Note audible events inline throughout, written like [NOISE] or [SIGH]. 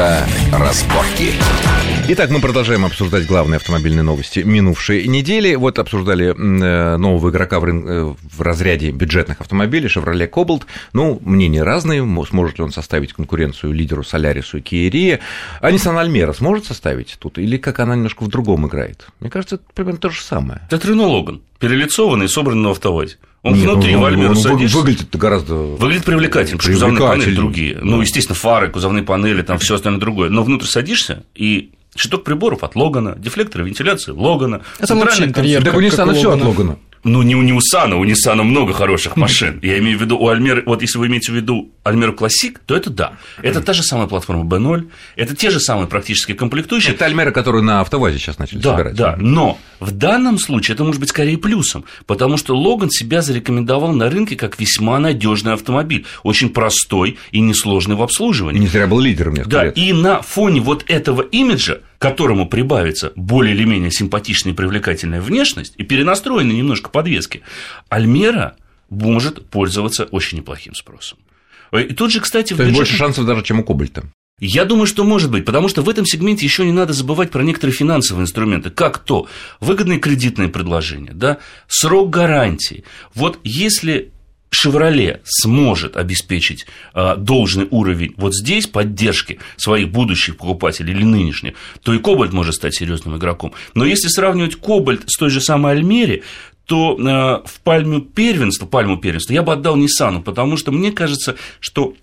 Авторазборки. Итак, мы продолжаем обсуждать главные автомобильные новости минувшей недели. Вот обсуждали э, нового игрока в, рын- э, в разряде бюджетных автомобилей Chevrolet Cobalt. Ну, мнения разные. Мо- Сможет ли он составить конкуренцию лидеру Солярису и Киерии? А Nissan Almera сможет составить тут? Или как она немножко в другом играет? Мне кажется, это примерно то же самое. Это Рено Логан, перелицованный и собранный на автовазе. Он Нет, внутри ну, в ну, Альмеру вы- садишься. Выглядит гораздо... Выглядит привлекательно, потому что кузовные панели Привлекательно. другие. Ну, естественно, фары, кузовные панели, там все остальное другое. Но внутрь садишься, и щиток приборов от Логана, дефлекторы вентиляции Логана. А там вообще центральная интерьер Так как- у как Nissan у все от Логана. Логана. Ну, не у Ниусана, у Ниссана много хороших машин. Я имею в виду, у Альмеры, вот если вы имеете в виду Альмеру Классик, то это да. Это та же самая платформа B0, это те же самые практически комплектующие. Это Альмера, которую на автовазе сейчас начали Да, собирать. да, но в данном случае это может быть скорее плюсом, потому что Логан себя зарекомендовал на рынке как весьма надежный автомобиль, очень простой и несложный в И обслуживании. не зря был лидером несколько Да, лет. и на фоне вот этого имиджа, к которому прибавится более или менее симпатичная и привлекательная внешность и перенастроенные немножко подвески, Альмера может пользоваться очень неплохим спросом. Э, И тут же, кстати, в То есть больше бюджетном- шансов даже, чем у Кобальта. я думаю, что может быть, потому что в этом сегменте еще не надо забывать про некоторые финансовые инструменты, как то выгодные кредитные предложения, да, срок гарантии. Вот если Шевроле сможет обеспечить а, должный уровень вот здесь поддержки своих будущих покупателей или нынешних, то и Кобальт может стать серьезным игроком. Но если сравнивать Кобальт с той же самой Альмери, то э, в пальму первенства, пальму первенства я бы отдал Ниссану, потому что мне кажется, что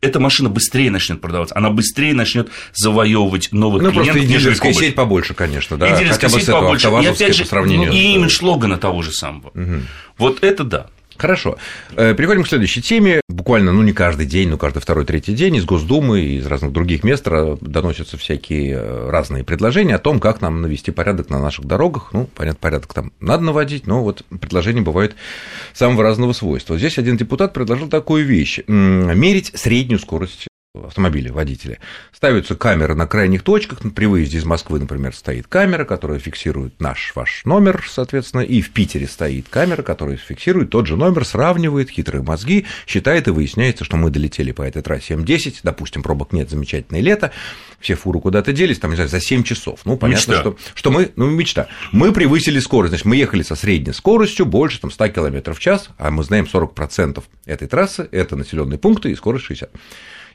эта машина быстрее начнет продаваться, она быстрее начнет завоевывать новых Ну, клиентов. просто нежели дилерская Кобальт. сеть побольше, конечно, да. И хотя дилерская бы сеть с этого побольше. И автовазовской опять же, по сравнению. э, ну, и имидж Логана того же самого. Вот это да. Хорошо. Э, Переходим к следующей теме. Буквально, ну, не каждый день, ну, каждый второй, третий день из Госдумы и из разных других мест ра- доносятся всякие э, разные предложения о том, как нам навести порядок на наших дорогах. Ну, понятно, порядок там надо наводить, но вот предложения бывают самого разного свойства. Вот Здесь один депутат предложил такую вещь. М, Мерить среднюю скорость автомобиля, водителя. Ставятся камеры на крайних точках, при выезде из Москвы, например, стоит камера, которая фиксирует наш, ваш номер, соответственно, и в Питере стоит камера, которая фиксирует тот же номер, сравнивает хитрые мозги, считает и выясняется, что мы долетели по этой трассе М10, допустим, пробок нет, замечательное лето, все фуры куда-то делись, там, не знаю, за 7 часов. Ну, понятно, Мечта. что, что мы, ну, мечта. Мы превысили скорость, значит, мы ехали со средней скоростью больше, там, 100 км в час, а мы знаем 40% этой трассы, это населенные пункты и скорость 60.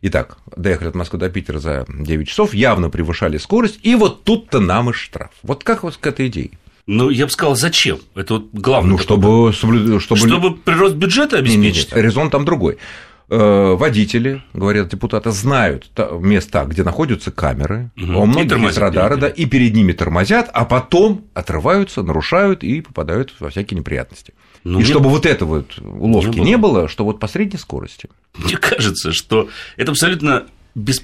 Итак, доехали от Москвы до Питера за 9 часов, явно превышали скорость, и вот тут-то нам и штраф. Вот как вот к этой идее? Ну, я бы сказал, зачем? Это вот главное. Ну, чтобы, соблю- чтобы... Чтобы прирост бюджета обеспечить. Не-не-не, Резон там другой. Э, Водители, говорят депутаты, знают та- места, где находятся камеры, Мгм. у И многих есть тормозят радары, перед да, и перед ними тормозят, а потом отрываются, нарушают и попадают во всякие неприятности. Ну, и мне- чтобы вот это вот уловки Не не было, что вот по средней скорости. Мне кажется, что это абсолютно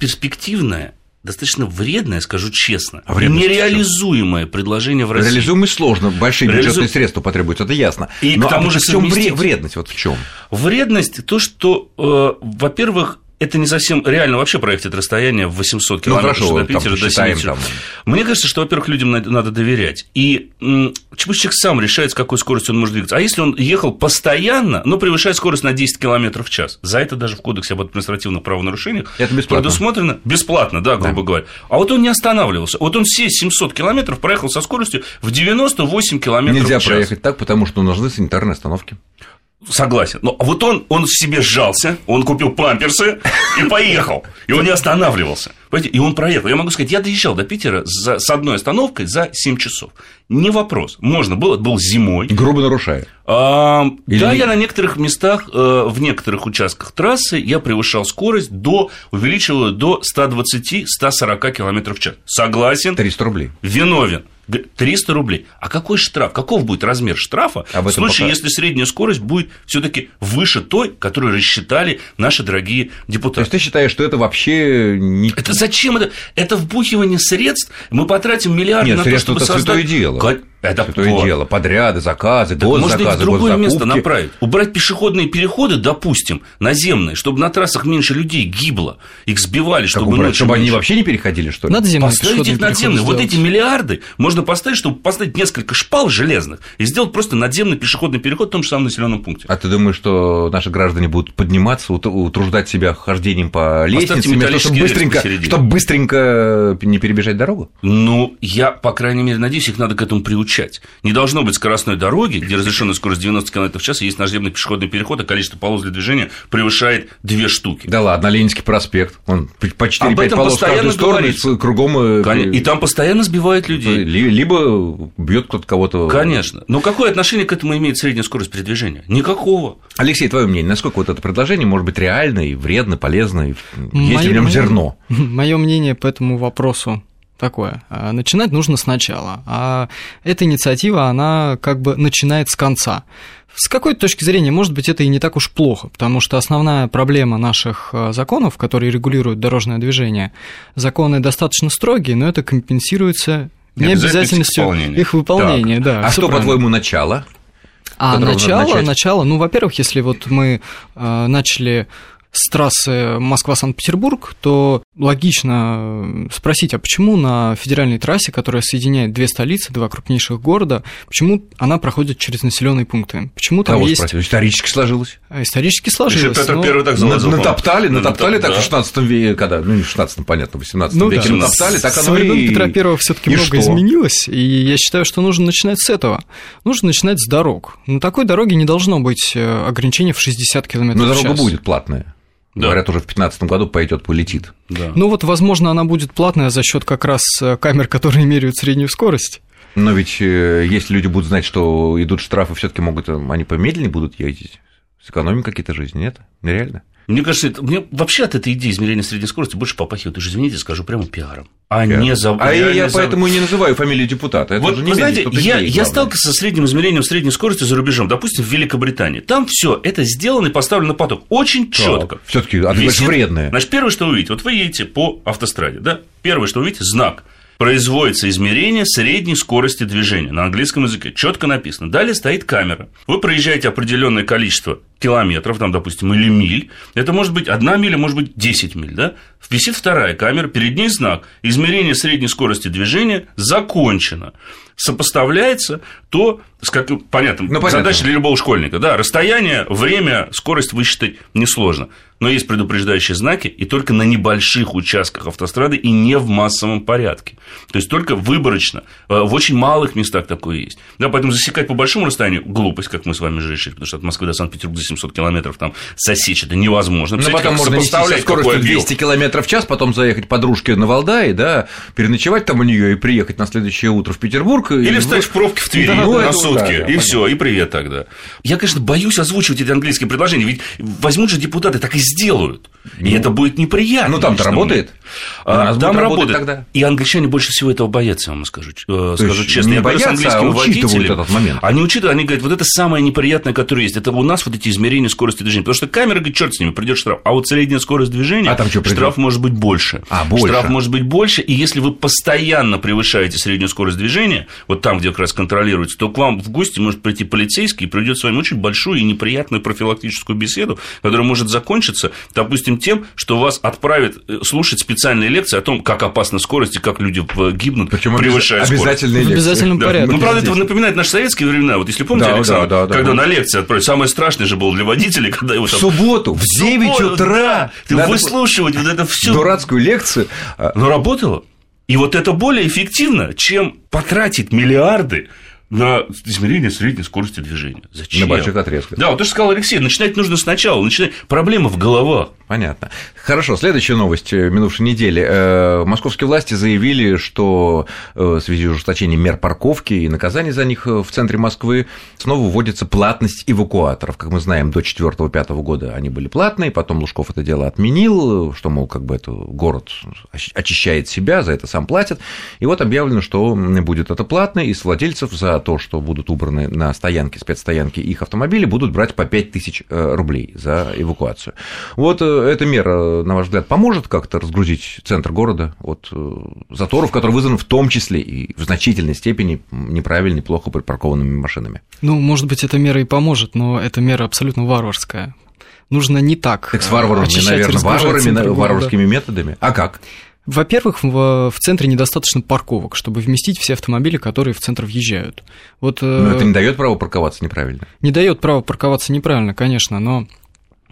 бесперспективное, достаточно вредное, скажу честно, А вредность нереализуемое предложение в России. Реализуемость сложно, большие Реализу- бюджетные средства потребуются, это ясно. И к а тому вот же в чем совместить. Ну, вредность? Вот в чем? Вредность то, что, э, во-первых, это не совсем реально вообще проектит расстояние в 800 Ну километров хорошо, до там Питера, до посчитаем, Синичева. там, Мне кажется, что, во-первых, людям над- надо доверять. И м, пусть человек сам решает, с какой скоростью он может двигаться. А если он ехал постоянно, но превышает скорость на 10 км в час, за это даже в Кодексе об административных правонарушениях Это бесплатно. предусмотрено бесплатно, да, грубо Да. говоря. А вот он не останавливался. Вот он все 700 километров проехал со скоростью в 98 км в час. Нельзя проехать так, потому что нужны санитарные остановки. Согласен. Но вот он, он в себе сжался, он купил памперсы и поехал. И он не останавливался. Понимаете? И он проехал. Я могу сказать, я доезжал до Питера за- с одной остановкой за 7 часов. Не вопрос. Можно было, это было зимой. Грубо нарушая. А, Или Да, не- я на некоторых местах, э, в некоторых участках трассы я превышал скорость до, увеличивал ее до 120-140 км в час. Согласен, 300 рублей. виновен. Г- 300 рублей. А какой штраф? Каков будет размер штрафа Об в этом случае, пока- если средняя скорость будет все-таки выше той, которую рассчитали наши дорогие То есть депутаты? ты считаешь, что это вообще не... Это зачем это? Это вбухивание средств. Мы потратим миллиарды Нет, на средства то, чтобы это святое создать... дело. Ка- Это Все то и дело. Подряды, заказы, так госзаказы, Можно их в другое место направить. Убрать пешеходные переходы, допустим, наземные, чтобы на трассах меньше людей гибло, их сбивали, как чтобы убрать? Чтобы меньше. они вообще не переходили, ну, что ли? Надземные поставить их надземные. Вот [LAUGHS] эти миллиарды можно поставить, чтобы поставить несколько шпал железных и сделать просто надземный пешеходный переход в том же самом населенном пункте. А ты думаешь, что наши граждане будут подниматься, утруждать себя хождением по лестнице, вместо, чтобы быстренько, чтобы быстренько э, не перебежать дорогу? Ну, я, по крайней мере, надеюсь, их надо к этому приучить приучать. Не должно быть скоростной дороги, где разрешенная скорость 90 км в час, и есть наземный пешеходный переход, а количество полос для движения превышает две штуки. Да ладно, Ленинский проспект, он по 4-5 полос в каждую говорится. сторону, и кругом... Конечно. И там постоянно сбивают людей. Либо бьет кто-то кого-то... Конечно. Но какое отношение к этому имеет средняя скорость передвижения? Никакого. Алексей, твое мнение, насколько вот это предложение может быть реально и вредно, полезно, и есть моё, в нем зерно? Мое мнение по этому вопросу такое. А, Начинать нужно сначала. А эта инициатива, она как бы начинает с конца. С какой-то точки зрения, может быть, это и не так уж плохо, потому что основная проблема наших а, законов, которые регулируют дорожное движение, законы достаточно строгие, но это компенсируется необязательностью их выполнения. Так. Да, а что, по-твоему, начало? А начало, начало, ну, во-первых, если вот мы э, начали с трассы Москва-Санкт-Петербург, то логично спросить, а почему на федеральной трассе, которая соединяет две столицы, два крупнейших города, почему она проходит через населенные пункты? Почему Кого Ну, там есть... Спросил? Исторически сложилось. Исторически сложилось. Еще Петр но... Первый так залазил. ну, Натоптали, натоптали так да. в 16 веке, когда, ну не в 16, понятно, в 18 ну, веке да. натоптали, так оно Со времен и... Петра Первого все таки много что? изменилось, и я считаю, что нужно начинать с этого. Нужно начинать с дорог. На такой дороге не должно быть э, ограничений в 60 км Но дорога будет платная. Да. Говорят, уже в 2015 году пойдет, полетит. Да. Ну вот, возможно, она будет платная за счет как раз э, камер, которые меряют среднюю скорость. Но ведь э, если люди будут знать, что идут штрафы, все-таки могут э, они помедленнее будут ездить, сэкономим какие-то жизни, нет? Нереально. Мне кажется, это, мне вообще от этой идеи измерения средней скорости больше попахивает, уж извините, скажу прямо пиаром. А, Пиар. не за... а я, я не поэтому за... не называю фамилию депутата. Это вот, же не вы знаете, я, идеи, я сталкивался со средним измерением средней скорости за рубежом, допустим, в Великобритании. Там все это сделано и поставлено на поток. Очень четко. Все-таки а Висит... вредное. Значит, первое, что вы увидите, вот вы едете по автостраде, да, первое, что вы увидите, знак производится измерение средней скорости движения на английском языке. Четко написано. Далее стоит камера. Вы проезжаете определенное количество километров, там, допустим, или миль. Это может быть 1 миля, может быть 10 миль, да? Висит вторая камера, перед ней знак. Измерение средней скорости движения закончено. Сопоставляется то, с как, понятно, ну, понятно, задача для любого школьника, да, расстояние, время, скорость высчитать несложно. Но есть предупреждающие знаки, и только на небольших участках автострады, и не в массовом порядке. То есть только выборочно. э, В очень малых местах такое есть. Да, поэтому засекать по большому расстоянию – глупость, как мы с вами же решили, потому что от Москвы до Санкт-Петербурга 700 километров там сосечь, это невозможно. Но Ну, потом можно нести скоростью 200 километров в час, потом заехать подружке на Валдае, да, переночевать там у нее и приехать на следующее утро в Петербург. Или и... встать в пробке в Твери да, ну, на сутки, да, да, и понятно. все, и привет тогда. Я, конечно, боюсь озвучивать эти английские предложения, ведь возьмут же депутаты, так и сделают. Ну, и это будет неприятно. Ну, там-то работает. А, там работает. Тогда. И англичане больше всего этого боятся, я вам скажу, То скажу честно. Не боятся, а учитывают этот момент. Они учитывают, они говорят, вот это самое неприятное, которое есть. Это у нас вот эти измерения скорости движения. Потому что камера говорит, черт с ними, придет штраф. А вот средняя скорость движения, а там что, штраф может быть больше. А, больше. Штраф может быть больше, и если вы постоянно превышаете среднюю скорость движения, вот там, где как раз контролируется, то к вам в гости может прийти полицейский и придет с вами очень большую и неприятную профилактическую беседу, которая может закончиться, допустим, тем, что вас отправят э, слушать специальные лекции о том, как опасна скорость и как люди э, гибнут, Причем превышая обяз... скорость. Обязательные лекции. В обязательном да. порядке. Ну, правда, это напоминает наши советские времена. Вот если помните, да, Александр, да, да, когда да, на лекции отправили, самое страшное же было для водителей, [LAUGHS] когда его «Ну, там... В субботу, в 9 субботу, утра! Да, Надо выслушивать вот это все. Дурацкую лекцию. а, Но работало. И вот это более эффективно, чем потратить миллиарды на измерение средней скорости движения. Зачем? На больших отрезках. Да, вот то, что сказал Алексей, начинать нужно сначала, начинать. Проблема в головах. Понятно. Хорошо, следующая новость э, минувшей недели. Э, Московские власти заявили, что э, в связи с ужесточением мер парковки и наказаний за них э, в центре Москвы снова вводится платность эвакуаторов. Как мы знаем, до 4-5 года они были платные, потом Лужков это дело отменил, э, что, мол, как бы это город очищает себя, за это сам платит. И вот объявлено, что будет это платное, и с владельцев за то, что будут убраны на стоянке, спецстоянке их автомобили, будут брать по 5000 рублей за э, эвакуацию. Вот э, эта мера, на ваш взгляд, поможет как-то разгрузить центр города от э, заторов, который вызван в том числе и в значительной степени неправильно и плохо припаркованными машинами? Ну, может быть, эта мера и поможет, но эта мера абсолютно варварская. Нужно не так. э, Так с варварами, наверное, варварами, варварскими методами. А как? Во-первых, в, в центре недостаточно парковок, чтобы вместить все автомобили, которые в центр въезжают. Вот, э, но Ну, это не дает права парковаться неправильно. Ну, Не дает права парковаться неправильно, конечно, но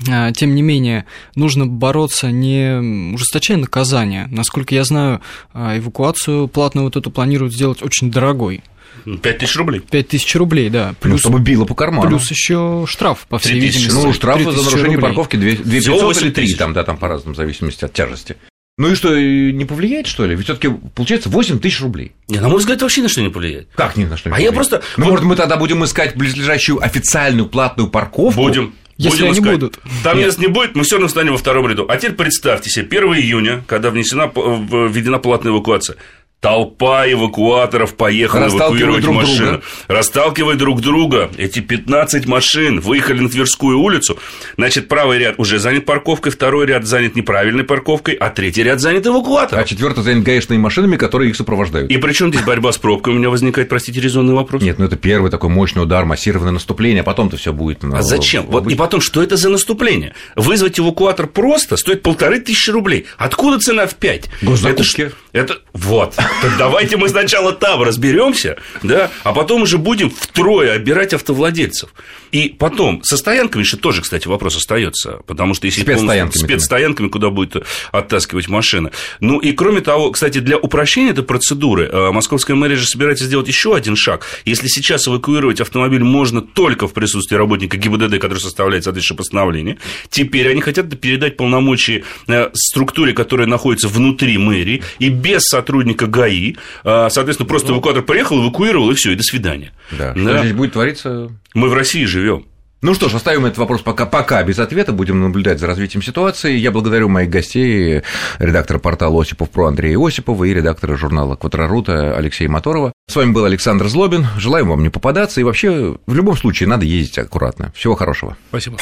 э, тем не менее, нужно бороться не ужесточая наказание. Насколько я знаю, э, эвакуацию платную вот эту планируют сделать очень дорогой. 5 тысяч рублей. 5 тысяч рублей, да. Плюс, ну, чтобы било по карману. Плюс еще штраф, по всей 3000. видимости. Ну, штраф за нарушение рублей. парковки 2, 2 500 или 3, там, да, там по-разному, в зависимости от тяжести. Ну и что, не повлияет, что ли? Ведь все-таки получается 8 тысяч рублей. Не, на мой взгляд, вообще на что не повлияет. Как ни на что не а повлияет? я просто. Ну, вот... может, мы тогда будем искать близлежащую официальную платную парковку. Будем. Если Будем они искать. будут. Там мест не будет, мы все равно встанем во втором ряду. А теперь представьте себе, 1 июня, когда внесена, введена платная эвакуация, толпа эвакуаторов поехала эвакуировать друг машину. Друга. Расталкивая друг друга, эти 15 машин выехали на Тверскую улицу, значит, правый ряд уже занят парковкой, второй ряд занят неправильной парковкой, а третий ряд занят эвакуатором. А четвертый занят гаишными машинами, которые их сопровождают. И причем здесь борьба с пробкой у меня возникает, простите, резонный вопрос. Нет, ну это первый такой мощный удар, массированное наступление, а потом-то все будет. Ну, а зачем? Обычно. Вот и потом, что это за наступление? Вызвать эвакуатор просто стоит полторы тысячи рублей. Откуда цена в пять? Госзакупки. Это, это вот. Так давайте мы сначала там разберемся, да, а потом уже будем втрое обирать автовладельцев. И потом, со стоянками еще тоже, кстати, вопрос остается, потому что если спецстоянками, спецстоянками куда будет оттаскивать машина. Ну и кроме того, кстати, для упрощения этой процедуры э, московская мэрия же собирается сделать еще один шаг. Если сейчас эвакуировать автомобиль можно только в присутствии работника ГИБДД, который составляет соответствующее постановление, теперь они хотят передать полномочия э, структуре, которая находится внутри мэрии, и без сотрудника ГАИ. Э, Соответственно, просто эвакуатор приехал, эвакуировал, и все, и до свидания. Да. да. Что здесь будет твориться? Мы в России живем. Ну что ж, оставим этот вопрос пока, пока без ответа, будем наблюдать за развитием ситуации. Я благодарю моих гостей, редактора портала «Осипов про» Андрея Осипова и редактора журнала «Квадрорута» Алексея Моторова. С вами был Александр Злобин. Желаем вам не попадаться и вообще в любом случае надо ездить аккуратно. Всего хорошего. Спасибо.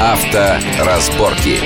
Авторазборки.